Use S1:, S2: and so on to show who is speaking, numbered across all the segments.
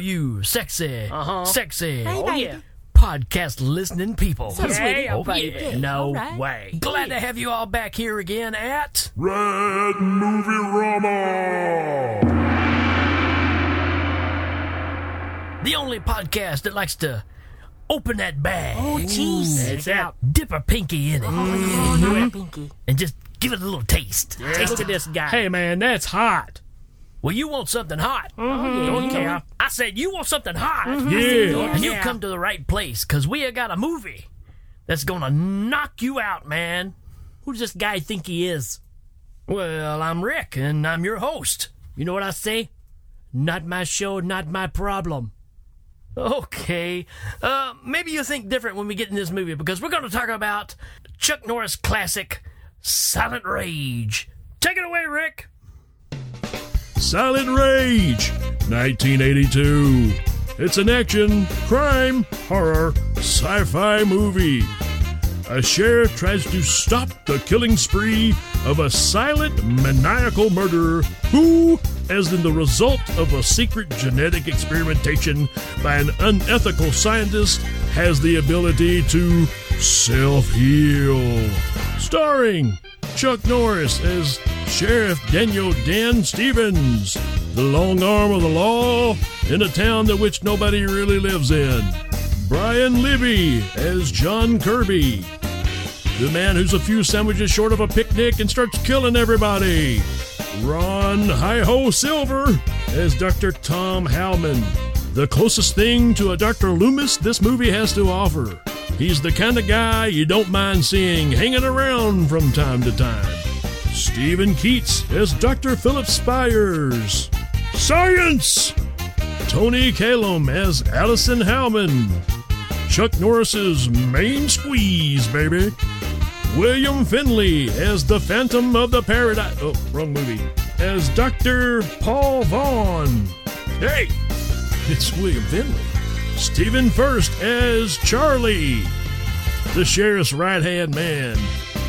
S1: you sexy,
S2: Uh-huh.
S1: sexy
S2: Oh,
S3: baby.
S2: yeah.
S1: podcast listening people?
S3: So sweet.
S1: oh,
S2: baby.
S1: yeah. No
S3: All right.
S1: way. Glad to have you all back here again at.
S4: Red Movie Rama!
S1: The only podcast that likes to open that bag.
S3: Oh, jeez.
S1: It's out. Dip a pinky in it
S3: Oh, Pinky.
S1: and just give it a little taste.
S2: Mm-hmm. Taste of this guy.
S5: Hey, man, that's hot.
S1: Well, you want something hot.
S2: don't care.
S1: I said, you want something hot.
S4: Mm-hmm.
S5: Yeah.
S1: And you
S2: Yeah.
S1: come to the right place because we have got a movie that's going to knock you out, man. Who does this guy think he is? Well, I'm Rick and I'm your host. You know what I say? Not my show, not my problem. Okay. Uh, maybe you think different when we get in this movie because we're going to talk about Chuck Norris classic Silent Rage. Take it away, Rick.
S4: Silent Rage, 1982. It's an action, crime, horror, sci fi movie. A sheriff tries to stop the killing spree of a silent, maniacal murderer who, as in the result of a secret genetic experimentation by an unethical scientist, has the ability to self heal. Starring Chuck Norris as Sheriff Daniel Dan Stevens, the long arm of the law in a town that which nobody really lives in. Brian Libby as John Kirby, the man who's a few sandwiches short of a picnic and starts killing everybody. Ron Hi-Ho Silver as Dr. Tom Howman, the closest thing to a Dr. Loomis this movie has to offer. He's the kind of guy you don't mind seeing hanging around from time to time. Stephen Keats as Dr. Philip Spires. Science! Tony Kalem as Allison Howman. Chuck Norris's main squeeze, baby. William Finley as the Phantom of the Paradise. Oh, wrong movie. As Dr. Paul Vaughn. Hey, it's William Finley. Stephen First as Charlie, the sheriff's right hand man.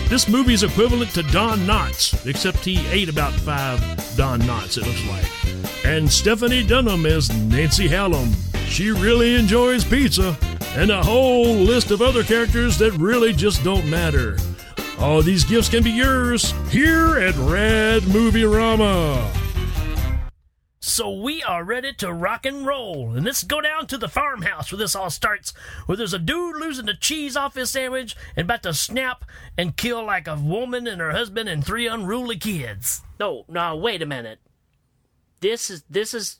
S4: This movie's equivalent to Don Knotts, except he ate about five Don Knotts, it looks like. And Stephanie Dunham as Nancy Hallam. She really enjoys pizza, and a whole list of other characters that really just don't matter. All these gifts can be yours here at Red Movie Rama.
S1: So we are ready to rock and roll. And let's go down to the farmhouse where this all starts, where there's a dude losing the cheese off his sandwich and about to snap and kill like a woman and her husband and three unruly kids.
S2: No, no, wait a minute. This is this is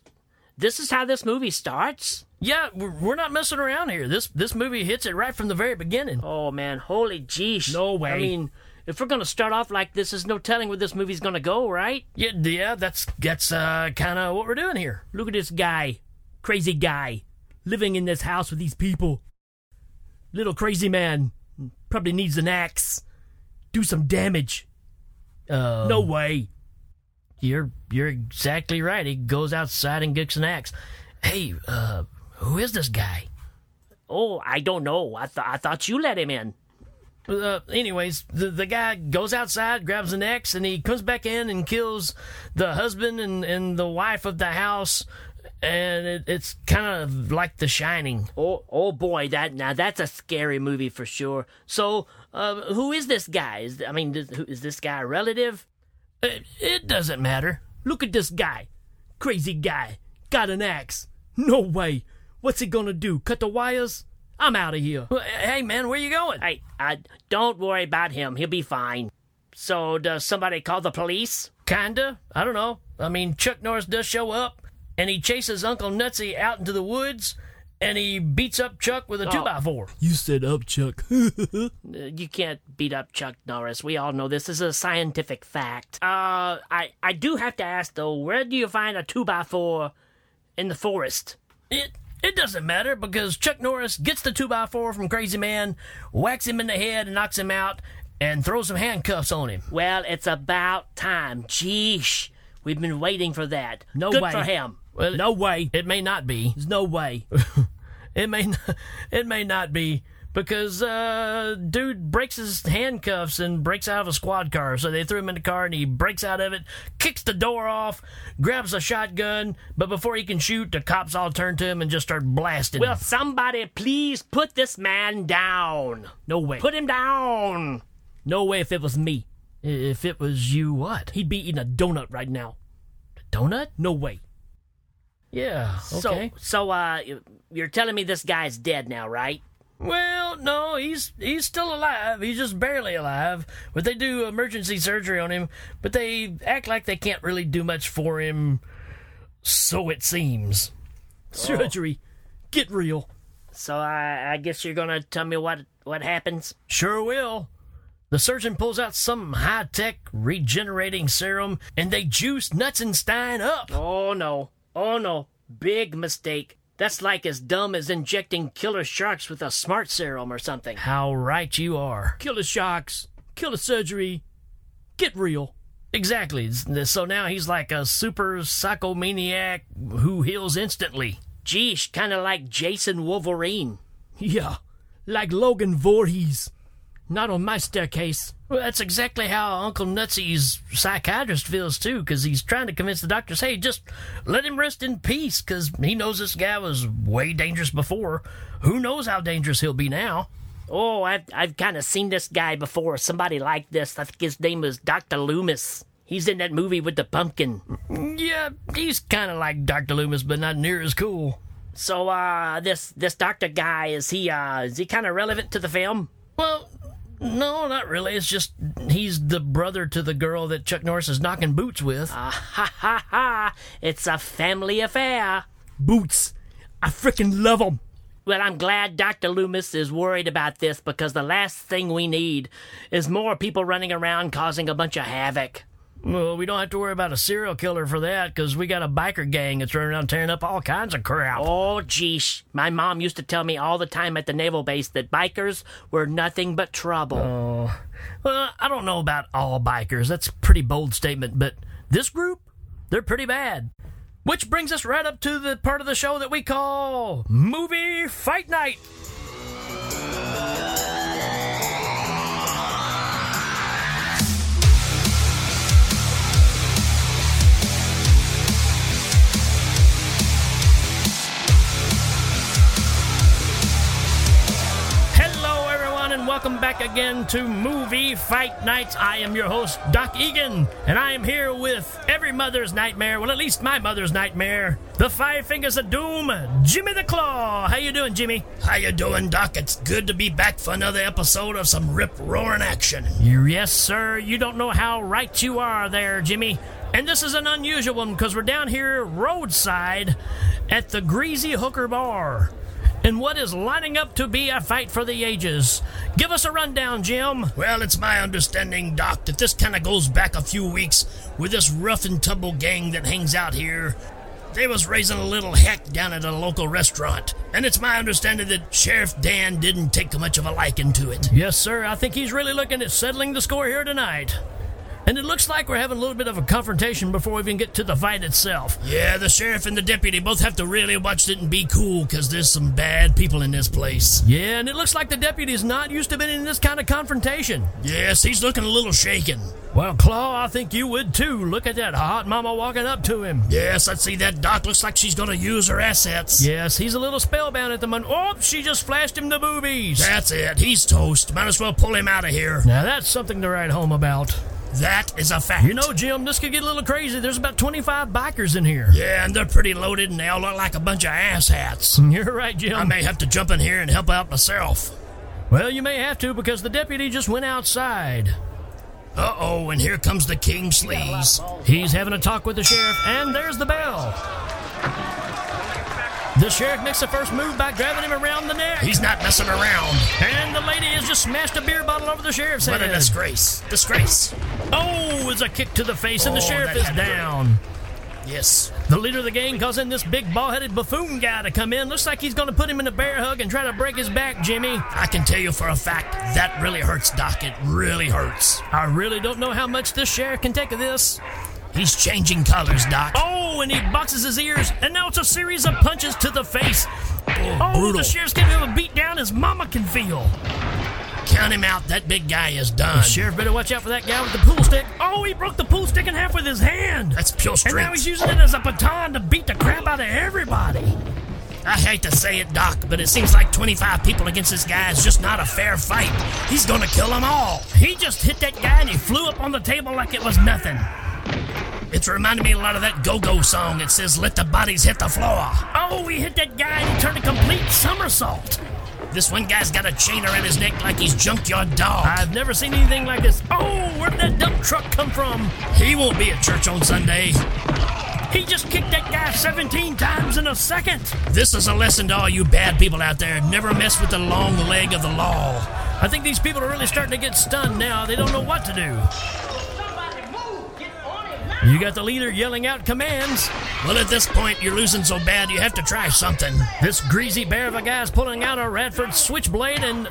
S2: this is how this movie starts?
S1: Yeah, we're we're not messing around here. This this movie hits it right from the very beginning.
S2: Oh man, holy jeesh.
S1: No way.
S2: I mean, if we're gonna start off like this, there's no telling where this movie's gonna go, right?
S1: Yeah, yeah that's that's uh, kind of what we're doing here.
S2: Look at this guy. Crazy guy. Living in this house with these people.
S1: Little crazy man probably needs an axe. Do some damage. Uh,
S2: No way.
S1: You're you're exactly right. He goes outside and gets an axe. Hey, uh, who is this guy?
S2: Oh, I don't know. I thought I thought you let him in.
S1: Uh, anyways, the, the guy goes outside, grabs an axe, and he comes back in and kills the husband and, and the wife of the house. And it, it's kind of like The Shining.
S2: Oh, oh boy, that now that's a scary movie for sure. So, uh, who is this guy? Is I mean, is, who- is this guy a relative?
S1: It, Uh, it doesn't matter.
S2: Look at this guy, crazy guy, got an axe. No way. What's he gonna do? Cut the wires? I'm out of here.
S1: Well, Hey, man, where you going?
S2: Hey, I don't worry about him. He'll be fine. So, does somebody call the police?
S1: Kinda. I don't know. I mean, Chuck Norris does show up, and he chases Uncle Nutsy out into the woods, and he beats up Chuck with a two by four.
S5: You said up, Chuck.
S2: Uh, You can't beat up Chuck Norris. We all know this is a scientific fact. Uh, I I do have to ask though, where do you find a two by four in the forest?
S1: It it doesn't matter because Chuck Norris gets the two by four from Crazy Man, whacks him in the head, and knocks him out, and throws some handcuffs on him.
S2: Well, it's about time. Jeesh. We've been waiting for that.
S1: No
S2: Good
S1: way.
S2: for him.
S1: Well, no way. It may not be. There's no way. it may n- it may not be. because uh, dude breaks his handcuffs and breaks out of a squad car. So they threw him in the car and he breaks out of it, kicks the door off, grabs a shotgun, but before he can shoot, the cops all turn to him and just start blasting.
S2: Will
S1: him.
S2: somebody please put this man down?
S1: no way.
S2: Put him down.
S1: no way if it was me. I- If it was you, what?
S2: He'd be eating a donut right now.
S1: Donut?
S2: No way.
S1: Yeah. Okay.
S2: So, so uh, you're telling me this guy's dead now, right?
S1: Well, no, he's he's still alive. He's just barely alive. But they do emergency surgery on him, but they act like they can't really do much for him. So it seems.
S5: Surgery.
S1: Get real.
S2: So I, I guess you're gonna tell me what what happens.
S1: Sure will. The surgeon pulls out some high tech regenerating serum and they juice Nutzenstein up.
S2: Oh no! Oh no! Big mistake. That's like as dumb as injecting killer sharks with a smart serum or something.
S1: How right you are.
S5: Killer shocks. Killer surgery. Get real.
S1: Exactly. So now he's like a super psychomaniac who heals instantly.
S2: Geesh, kind of like Jason Wolverine.
S5: Yeah. Like Logan Voorhees. Not on my staircase.
S1: Well, that's exactly how Uncle Nutsy's psychiatrist feels, too, because he's trying to convince the doctors hey, just let him rest in peace, because he knows this guy was way dangerous before. Who knows how dangerous he'll be now?
S2: Oh, I've I've kind of seen this guy before. Somebody like this. I think his name was Doctor Loomis. He's in that movie with the pumpkin.
S1: Yeah, he's kind of like Dr. Loomis, but not near as cool.
S2: So uh, this this doctor guy is he uh is he kind of relevant to the film?
S1: Well, no, not really. It's just he's the brother to the girl that Chuck Norris is knocking boots with.
S2: Ah, Ha ha ha! It's a family affair.
S5: Boots. I frickin' love 'em.
S2: Well, I'm glad Dr. Loomis is worried about this because the last thing we need is more people running around causing a bunch of havoc.
S1: well, we don't have to worry about a serial killer for that, because we got a biker gang that's running around tearing up all kinds of crap.
S2: Oh, geesh. My mom used to tell me all the time at the naval base that bikers were nothing but trouble.
S1: Oh. Well, I don't know about all bikers. That's a pretty bold statement, but this group, they're pretty bad. Which brings us right up to the part of the show that we call Movie Fight Night. Hello, everyone, and welcome back again to Movie Fight Nights. I am your host, Doc Egan, and I am here with every mother's nightmare, well, at least my mother's nightmare, the Five Fingers of Doom, Jimmy the Claw. How you doing, Jimmy? How you doing, Doc? It's good to be back for another episode of some rip-roaring action. Yes, sir. You don't know how right you are there, Jimmy. And this is an unusual one because we're down here roadside at the Greasy Hooker Bar in what is lining up to be a fight for the ages. Give us a rundown, Jim. Well, it's my understanding, Doc, that this kind of goes back a few weeks with this rough and tumble gang that hangs out here. They was raising a little heck down at a local restaurant, and it's my understanding that Sheriff Dan didn't take much of a liking to it. Yes, sir. I think he's really looking at settling the score here tonight. And it looks like we're having a little bit of a confrontation before we even get to the fight itself. Yeah, the sheriff and the deputy both have to really watch it and be cool because there's some bad people in this place. Yeah, and it looks like the deputy's not used to being in this kind of confrontation. Yes, he's looking a little shaken. Well, Claw, I think you would too. Look at that hot mama walking up to him. Yes, I see that doc. Looks like she's going to use her assets. Yes, he's a little spellbound at the moment. Oh, she just flashed him the boobies. That's it. He's toast. Might as well pull him out of here. Now, that's something to write home about. That is a fact. You know, Jim, this could get a little crazy. There's about 25 bikers in here. Yeah, and they're pretty loaded, and they all look like a bunch of asshats. You're right, Jim. I may have to jump in here and help out myself. Well, you may have to because the deputy just went outside. Uh oh, and here comes the King Sleaze. He's having a talk with the sheriff, and there's the bell. The sheriff makes the first move by grabbing him around the neck. He's not messing around. And the lady has just smashed a beer bottle over the sheriff's head. What a disgrace. Disgrace. Oh, it's a kick to the face, and the sheriff is down. Yes. The leader of the gang calls in this big ball headed buffoon guy to come in. Looks like he's going to put him in a bear hug and try to break his back, Jimmy. I can tell you for a fact that really hurts, Doc. It really hurts. I really don't know how much this sheriff can take of this. He's changing colors, Doc. Oh, and he boxes his ears, and now it's a series of punches to the face. Oh,
S5: brutal.
S1: the sheriff's giving him a beat down his mama can feel.
S5: Count him out. That big guy is done.
S1: Sheriff, better watch out for that guy with the pool stick. Oh, he broke the pool stick in half with his hand.
S5: That's pure
S1: and now
S5: strength.
S1: he's using it as a baton to beat the crap out of everybody.
S5: I hate to say it, Doc, but it seems like 25 people against this guy is just not a fair fight. He's gonna kill them all.
S1: He just hit that guy and he flew up on the table like it was nothing.
S5: It's reminding me a lot of that go-go song. It says, "Let the bodies hit the floor."
S1: Oh, he hit that guy and he turned a complete somersault.
S5: This one guy's got a chain around his neck like he's junkyard dog.
S1: I've never seen anything like this. Oh, where did that dump truck come from?
S5: he won't be at church on Sunday.
S1: He just kicked that guy 17 times in a second.
S5: This is a lesson to all you bad people out there. Never mess with the long leg of the law.
S1: I think these people are really starting to get stunned now. They don't know what to do. You got the leader yelling out commands.
S5: Well, at this point, you're losing so bad, you have to try something.
S1: This greasy bear of a guy's pulling out a Radford switchblade and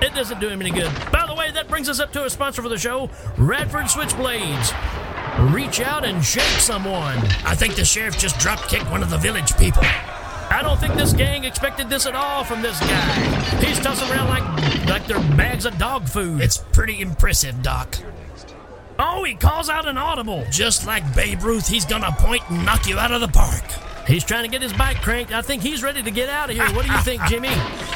S1: it doesn't do him any good. By the way, that brings us up to a sponsor for the show, Radford Switchblades. Reach out and shake someone.
S5: I think the sheriff just drop kicked one of the village people.
S1: I don't think this gang expected this at all from this guy. He's tossing around like like they're bags of dog food.
S5: It's pretty impressive, Doc.
S1: oh, he calls out an audible.
S5: Just like Babe Ruth, he's gonna point and knock you out of the park.
S1: He's trying to get his bike cranked. I think he's ready to get out of here. What do you think, Jimmy?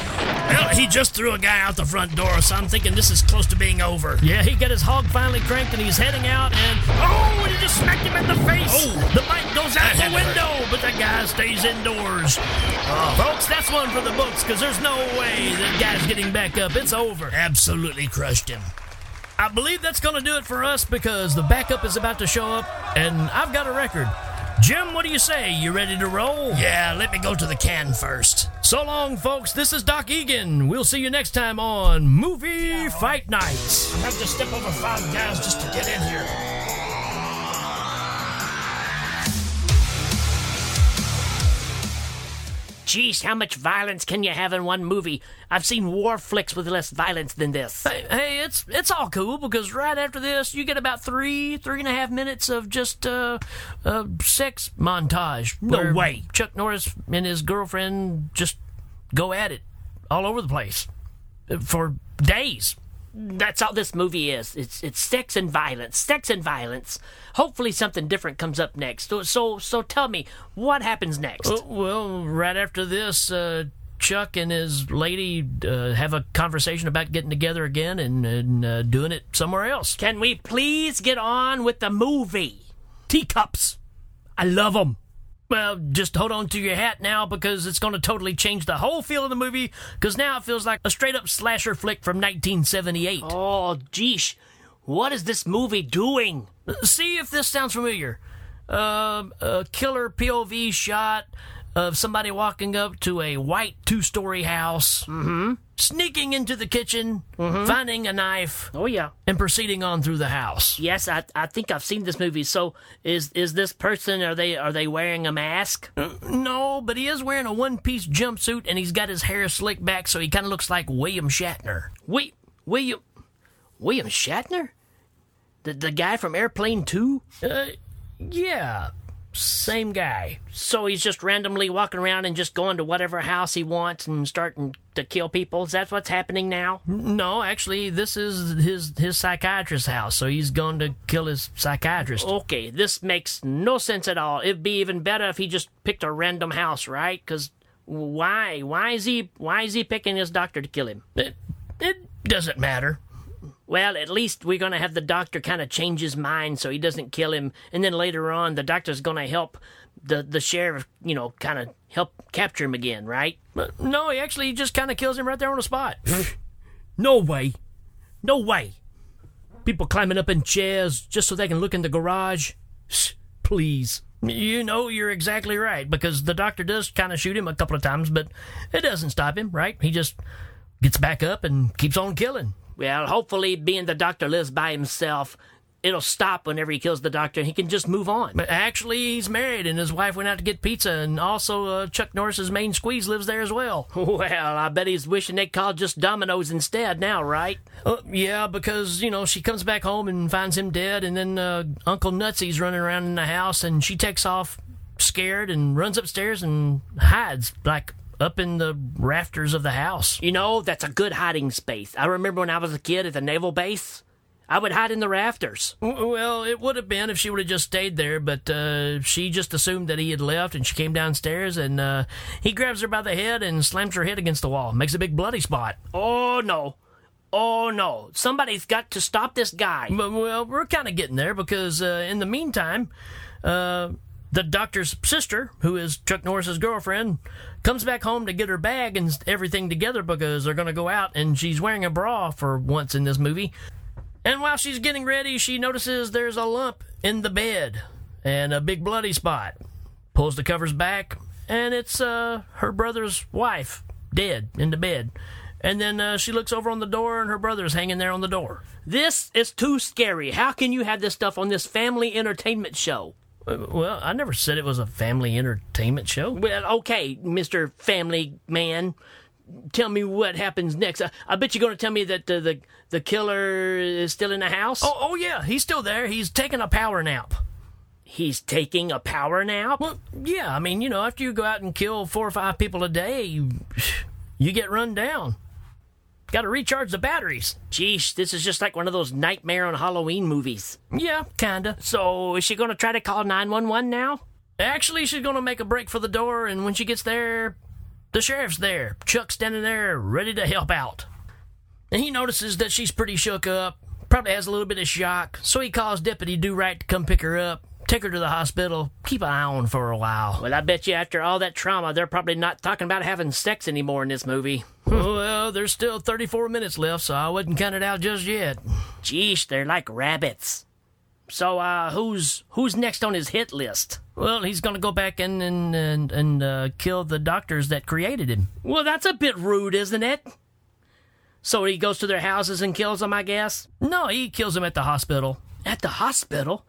S5: Well, he just threw a guy out the front door, so I'm thinking this is close to being over.
S1: Yeah, he got his hog finally cranked and he's heading out and oh, and he just smacked him in the face.
S5: Oh.
S1: the bike goes out
S5: That
S1: the
S5: had to
S1: window, but the guy stays indoors. Uh, Folks, that's one for the books because there's no way that guy's getting back up. It's over.
S5: Absolutely crushed him.
S1: I believe that's going to do it for us because the backup is about to show up and I've got a record. Jim, what do you say? You ready to roll?
S5: Yeah, let me go to the can first.
S1: So long, folks. This is Doc Egan. We'll see you next time on Movie Fight Night.
S5: I have to step over five guys just to get in here.
S2: Jeez, how much violence can you have in one movie? I've seen war flicks with less violence than this.
S1: Hey, hey, it's it's all cool because right after this, you get about three, three and a half minutes of just uh, uh sex montage. No
S5: way.
S1: Chuck Norris and his girlfriend just go at it all over the place uh, for days.
S2: That's all this movie is. It's it's sex and violence, sex and violence. Hopefully, something different comes up next. So so, so tell me, what happens next?
S1: Uh, Well, right after this, uh, Chuck and his lady uh, have a conversation about getting together again and, and uh, doing it somewhere else.
S2: Can we please get on with the movie?
S1: teacups. I love them. Well, just hold on to your hat now because it's going to totally change the whole feel of the movie because now it feels like a straight up slasher flick from 1978.
S2: Oh, geesh, what is this movie doing?
S1: See if this sounds familiar. Um, a killer POV shot of somebody walking up to a white two story house, mm-hmm. sneaking into the kitchen, finding a knife,
S2: Mm-hmm. Oh yeah,
S1: and proceeding on through the house.
S2: yes, I I think I've seen this movie. So is is this person? Are they are they wearing a mask?
S1: Uh, No, but he is wearing a one piece jumpsuit and he's got his hair slicked back so he kind of looks like William Shatner.
S2: Wait, William William Shatner, the the guy from Airplane Two.
S1: Uh, Yeah, same guy.
S2: So he's just randomly walking around and just going to whatever house he wants and starting to kill people. Is that what's happening now?
S1: No, actually, this is his his psychiatrist's house, so he's going to kill his psychiatrist.
S2: Okay, this makes no sense at all. It'd be even better if he just picked a random house, right? Because why? Why is he? Why is he picking his doctor to kill him?
S1: It, it doesn't matter.
S2: Well, at least we're gonna have the doctor kind of change his mind so he doesn't kill him, and then later on the doctor's gonna help the the sheriff, you know, kind of help capture him again, right?
S1: But no, he actually he just kind of kills him right there on the spot. no way, no way. People climbing up in chairs just so they can look in the garage. Shh, Please. You know you're exactly right because the doctor does kind of shoot him a couple of times, but it doesn't stop him. Right? He just gets back up and keeps on killing.
S2: Well, hopefully, being the doctor lives by himself, it'll stop whenever he kills the doctor, and he can just move on.
S1: But actually, he's married, and his wife went out to get pizza, and also uh, Chuck Norris's main squeeze lives there as well.
S2: Well, I bet he's wishing they called just Domino's instead now, right?
S1: Uh, yeah, because you know she comes back home and finds him dead, and then uh, Uncle Nutsy's running around in the house, and she takes off scared and runs upstairs and hides like up in the rafters of the house.
S2: You know, that's a good hiding space. I remember when I was a kid at the naval base, I would hide in the rafters.
S1: W- Well, it would have been if she would have just stayed there, but uh, she just assumed that he had left, and she came downstairs, and uh, he grabs her by the head and slams her head against the wall, makes a big bloody spot.
S2: Oh no. Oh no. Somebody's got to stop this guy.
S1: But, well, we're kind of getting there because uh, in the meantime, uh, the doctor's sister, who is Chuck Norris's girlfriend, comes back home to get her bag and everything together because they're going to go out, and she's wearing a bra for once in this movie. And while she's getting ready, she notices there's a lump in the bed and a big bloody spot. Pulls the covers back, and it's uh, her brother's wife dead in the bed. And then uh, she looks over on the door, and her brother's hanging there on the door.
S2: This is too scary. How can you have this stuff on this family entertainment show?
S1: Well, I never said it was a family entertainment show.
S2: Well, okay, Mr. Family Man. Tell me what happens next. I, I bet you're going to tell me that uh, the the killer is still in the house.
S1: Oh, oh yeah, he's still there. He's taking a power nap.
S2: he's taking a power nap.
S1: Well, yeah, I mean, you know, after you go out and kill four or five people a day, you, you get run down. Got to recharge the batteries.
S2: Geesh, this is just like one of those Nightmare on Halloween movies.
S1: Yeah, kinda.
S2: So is she going to try to call nine one one now?
S1: Actually, she's gonna make a break for the door, and when she gets there, the sheriff's there. Chuck's standing there, ready to help out. And he notices that she's pretty shook up, probably has a little bit of shock, so he calls Deputy Do Right to come pick her up, take her to the hospital, keep an eye on her for a while.
S2: Well, I bet you after all that trauma, they're probably not talking about having sex anymore in this movie.
S1: Hmm. well, there's still 34 minutes left, so I wouldn't count it out just yet.
S2: Geesh, they're like rabbits. So uh, who's who's next on his hit list?
S1: Well, he's gonna go back in and and, and uh, kill the doctors that created him.
S2: Well, that's a bit rude, isn't it? So he goes to their houses and kills them, I guess?
S1: No, he kills him at the hospital.
S2: At the hospital?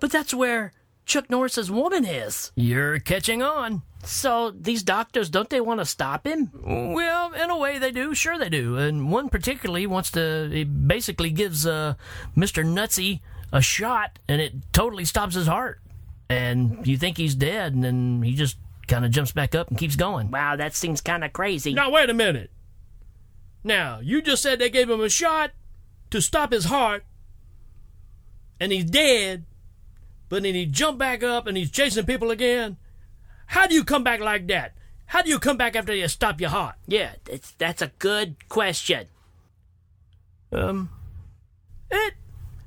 S2: But that's where Chuck Norris's woman is.
S1: You're catching on.
S2: So these doctors, don't they want to stop him?
S1: Well, in a way, they do. Sure, they do. And one particularly wants to. It basically gives uh, Mister Nutsy a shot, and it totally stops his heart. And you think he's dead, and then he just kind of jumps back up and keeps going.
S2: Wow, that seems kind of crazy.
S5: Now, wait a minute. Now, you just said they gave him a shot to stop his heart, and he's dead, but then he jumped back up and he's chasing people again. How do you come back like that? How do you come back after you stop your heart?
S2: Yeah, it's, that's a good question.
S1: Um, it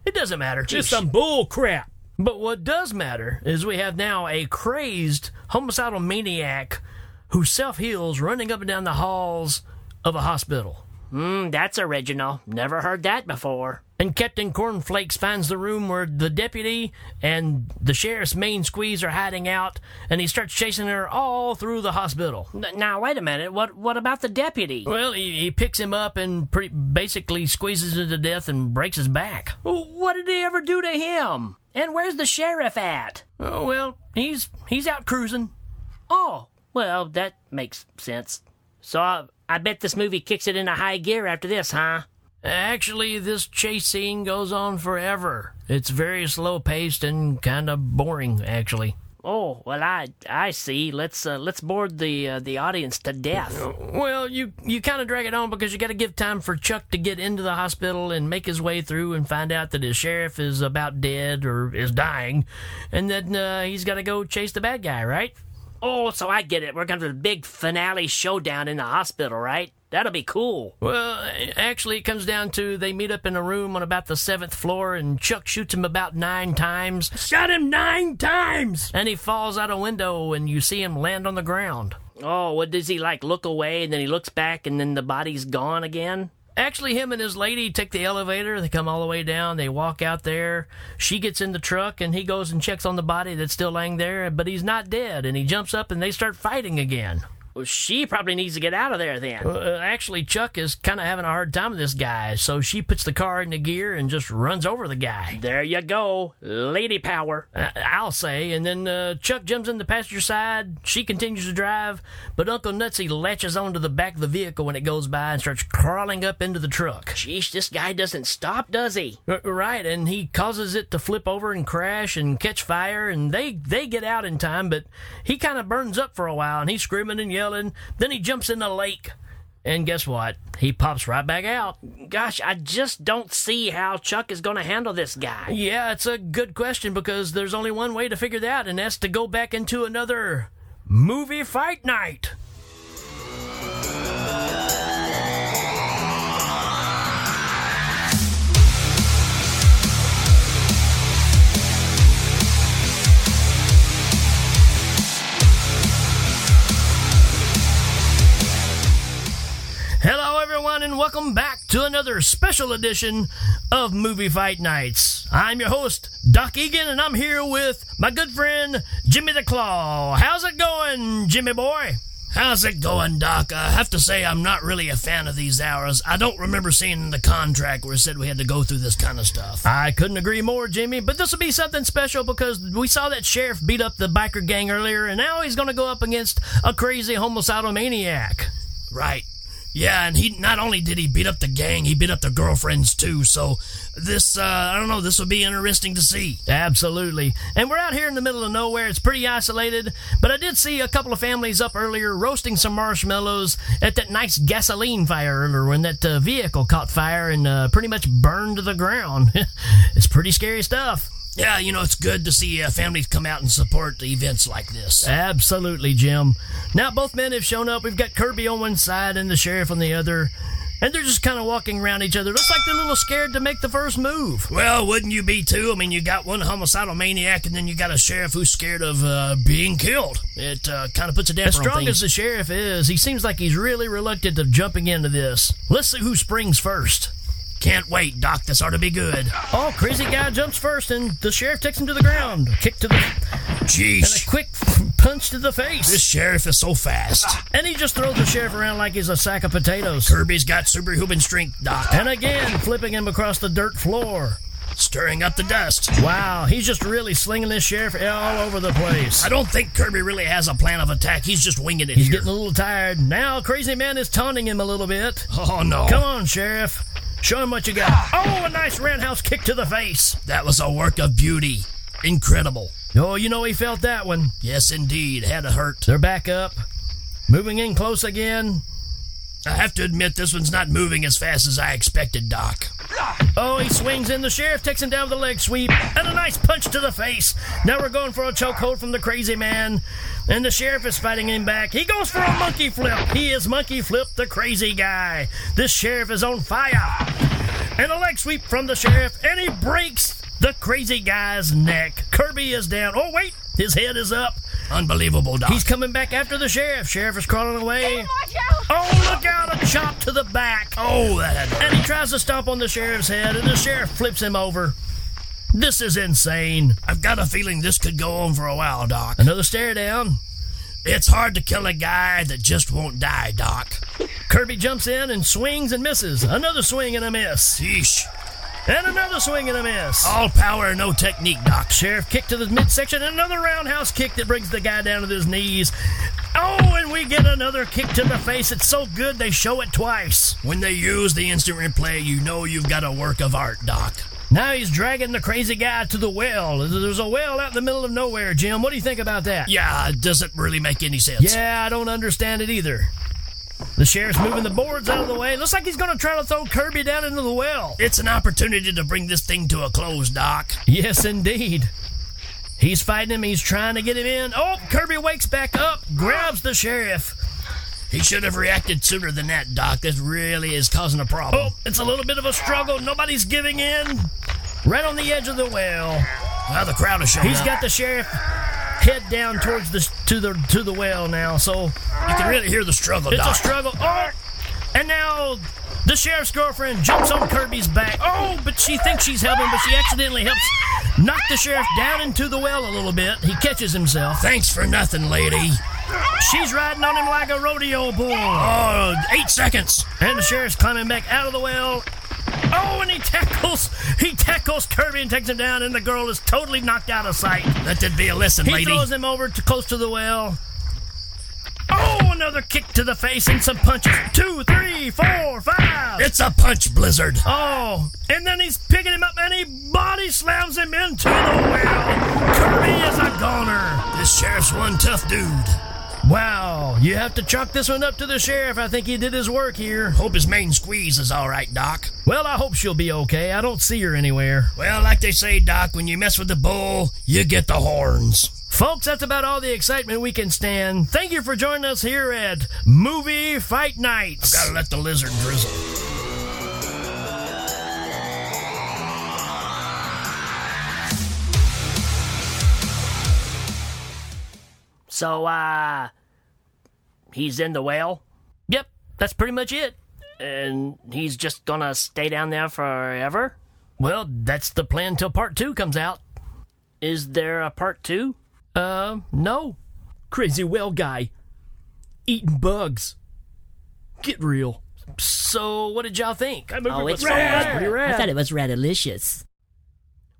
S1: it doesn't matter.
S5: It's some bull crap.
S1: But what does matter is we have now a crazed homicidal maniac who self heals, running up and down the halls of a hospital.
S2: Mm, that's original. Never heard that before.
S1: and Captain Cornflakes finds the room where the deputy and the sheriff's main squeeze are hiding out, and he starts chasing her all through the hospital.
S2: N- now wait a minute. What what about the deputy?
S1: Well, he, he picks him up and pretty, basically squeezes him to death and breaks his back.
S2: What did he ever do to him? And where's the sheriff at?
S1: Oh, well, he's he's out cruising.
S2: Oh, well, that makes sense. So I, I bet this movie kicks it into high gear after this, huh?
S1: Actually, this chase scene goes on forever. It's very slow paced and kind of boring, actually.
S2: Oh, well, I I see. Let's uh, let's board the uh, the audience to death.
S1: Well, you you kind of drag it on because you got to give time for Chuck to get into the hospital and make his way through and find out that his sheriff is about dead or is dying, and then uh, he's got to go chase the bad guy, right?
S2: Oh, so I get it. We're going to the big finale showdown in the hospital, right? That'll be cool.
S1: Well, actually, it comes down to they meet up in a room on about the seventh floor, and Chuck shoots him about nine times.
S5: Shot him nine times!
S1: And he falls out a window, and you see him land on the ground.
S2: Oh, what does he like? Look away, and then he looks back, and then the body's gone again.
S1: Actually, him and his lady take the elevator. They come all the way down. They walk out there. She gets in the truck, and he goes and checks on the body that's still laying there, but he's not dead. And he jumps up, and they start fighting again.
S2: Well, she probably needs to get out of there then.
S1: Uh, actually, Chuck is kind of having a hard time with this guy, so she puts the car into gear and just runs over the guy.
S2: There you go, lady power.
S1: I- I'll say. And then uh, Chuck jumps in the passenger side. She continues to drive, but Uncle Nutsy latches onto the back of the vehicle when it goes by and starts crawling up into the truck.
S2: Sheesh, this guy doesn't stop, does he?
S1: R- Right, and he causes it to flip over and crash and catch fire, and they they get out in time, but he kind of burns up for a while, and he's screaming and building. Then he jumps in the lake. And guess what? He pops right back out.
S2: Gosh, I just don't see how Chuck is going to handle this guy.
S1: Yeah, it's a good question because there's only one way to figure that out, and that's to go back into another movie fight night. Hello, everyone, and welcome back to another special edition of Movie Fight Nights. I'm your host, Doc Egan, and I'm here with my good friend, Jimmy the Claw. How's it going, Jimmy boy? How's it going, Doc? I have to say, I'm not really a fan of these hours. I don't remember seeing the contract where it said we had to go through this kind of stuff. I couldn't agree more, Jimmy, but this will be something special because we saw that sheriff beat up the biker gang earlier, and now he's going to go up against a crazy homicidal maniac. Right. Yeah, and he not only did he beat up the gang, he beat up their girlfriends too. So this, uh, I don't know, this will be interesting to see. Absolutely. And we're out here in the middle of nowhere. It's pretty isolated, but I did see a couple of families up earlier roasting some marshmallows at that nice gasoline fire earlier when that uh, vehicle caught fire and uh, pretty much burned to the ground. it's pretty scary stuff. Yeah, you know, it's good to see uh, families come out and support events like this. Absolutely, Jim. Now, both men have shown up. We've got Kirby on one side and the sheriff on the other. And they're just kind of walking around each other. Looks like they're a little scared to make the first move. Well, wouldn't you be too? I mean, you got one homicidal maniac, and then you got a sheriff who's scared of uh, being killed. It uh, kind of puts a damper
S5: As
S1: on
S5: strong
S1: things.
S5: as
S1: the sheriff is, he seems like he's really reluctant of jumping into this. Let's see who springs first. Can't wait, Doc. This ought to be good. Oh, crazy guy jumps first, and the sheriff takes him to the ground. Kick to the. Jeez. And a quick punch to the face. This sheriff is so fast. And he just throws the sheriff around like he's a sack of potatoes. Kirby's got superhuman strength, Doc. And again, flipping him across the dirt floor. Stirring up the dust. Wow, he's just really slinging this sheriff all over the place. I don't think Kirby really has a plan of attack. He's just winging it. He's getting a little tired. Now, Crazy Man is taunting him a little bit. Oh, no. Come on, Sheriff. Show him what you got. Oh, a nice roundhouse kick to the face. That was a work of beauty. Incredible. Oh, you know he felt that one. Yes, indeed. Had to hurt. They're back up. Moving in close again. I have to admit, this one's not moving as fast as I expected, Doc. Oh, he swings in. The sheriff takes him down with a leg sweep and a nice punch to the face. Now we're going for a chokehold from the crazy man. And the sheriff is fighting him back. He goes for a monkey flip. He is monkey flip, the crazy guy. This sheriff is on fire. And a leg sweep from the sheriff, and he breaks the crazy guy's neck. Kirby is down. Oh, wait, his head is up. Unbelievable, Doc. He's coming back after the sheriff. Sheriff is crawling away. Oh, look out! A chop to the back. Oh, that had And he tries to stomp on the sheriff's head, and the sheriff flips him over. This is insane. I've got a feeling this could go on for a while, Doc. Another stare down. It's hard to kill a guy that just won't die, Doc. Kirby jumps in and swings and misses. Another swing and a miss. Yeesh. And another swing and a miss. All power, no technique, Doc. Sheriff kick to the midsection. Another roundhouse kick that brings the guy down to his knees. Oh, and we get another kick to the face. It's so good they show it twice. When they use the instant replay, you know you've got a work of art, Doc. Now he's dragging the crazy guy to the well. There's a well out in the middle of nowhere, Jim. What do you think about that?
S5: Yeah, Uh, it doesn't really make any sense.
S1: Yeah, I don't understand it either. The sheriff's moving the boards out of the way. Looks like he's going to try to throw Kirby down into the well.
S5: It's an opportunity to bring this thing to a close, Doc.
S1: Yes, indeed. He's fighting him. He's trying to get him in. Oh, Kirby wakes back up, grabs the sheriff.
S5: He should have reacted sooner than that, Doc. This really is causing a problem.
S1: Oh, it's a little bit of a struggle. Nobody's giving in. Right on the edge of the well.
S5: Now the crowd is showing
S1: He's
S5: up.
S1: got the sheriff head down towards the to the to the well now. So
S5: You can really hear the struggle,
S1: It's
S5: Doc.
S1: a struggle. Oh! And now the sheriff's girlfriend jumps on Kirby's back. Oh, but she thinks she's helping, but she accidentally helps knock the sheriff down into the well a little bit. He catches himself.
S5: Thanks for nothing, lady.
S1: She's riding on him like a rodeo bull.
S5: Oh, eight seconds.
S1: And the sheriff's climbing back out of the well. Oh, and he tackles he tackles Kirby and takes him down, and the girl is totally knocked out of sight.
S5: Let that be a lesson,
S1: He
S5: lady.
S1: throws him over to close to the well. Oh, another kick to the face and some punches. Two, three, four, five.
S5: It's a punch blizzard.
S1: Oh, and then he's picking him up and he body slams him into the well. Kirby is a goner.
S5: This sheriff's one tough dude.
S1: Wow, you have to chalk this one up to the sheriff. I think he did his work here. Hope his main squeeze is all right, Doc. Well, I hope she'll be okay. I don't see her anywhere. Well, like they say, Doc, when you mess with the bull, you get the horns. Folks, that's about all the excitement we can stand. Thank you for joining us here at Movie Fight Nights. gotta let the lizard drizzle.
S2: So, uh, he's in the whale,
S1: Yep, that's pretty much it.
S2: and he's just gonna stay down there forever?
S1: Well, that's the plan till part two comes out.
S2: Is there a part two?
S1: Uh, no. Crazy whale guy. Eating bugs. Get real. So, what did y'all think?
S2: Oh, it's rad.
S6: I thought it was radalicious.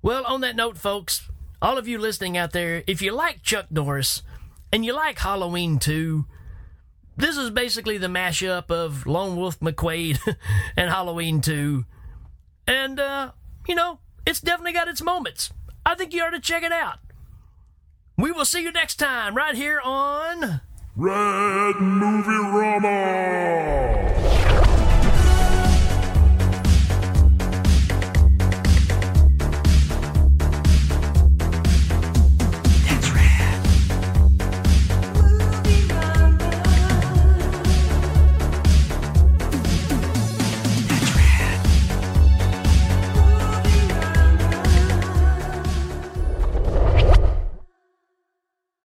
S1: Well, on that note, folks, all of you listening out there, if you like Chuck Norris and you like Halloween 2, this is basically the mashup of Lone Wolf McQuade and Halloween 2. And, uh, you know, it's definitely got its moments. I think you ought to check it out. We will see you next time right here on.
S4: Red Movie Rama!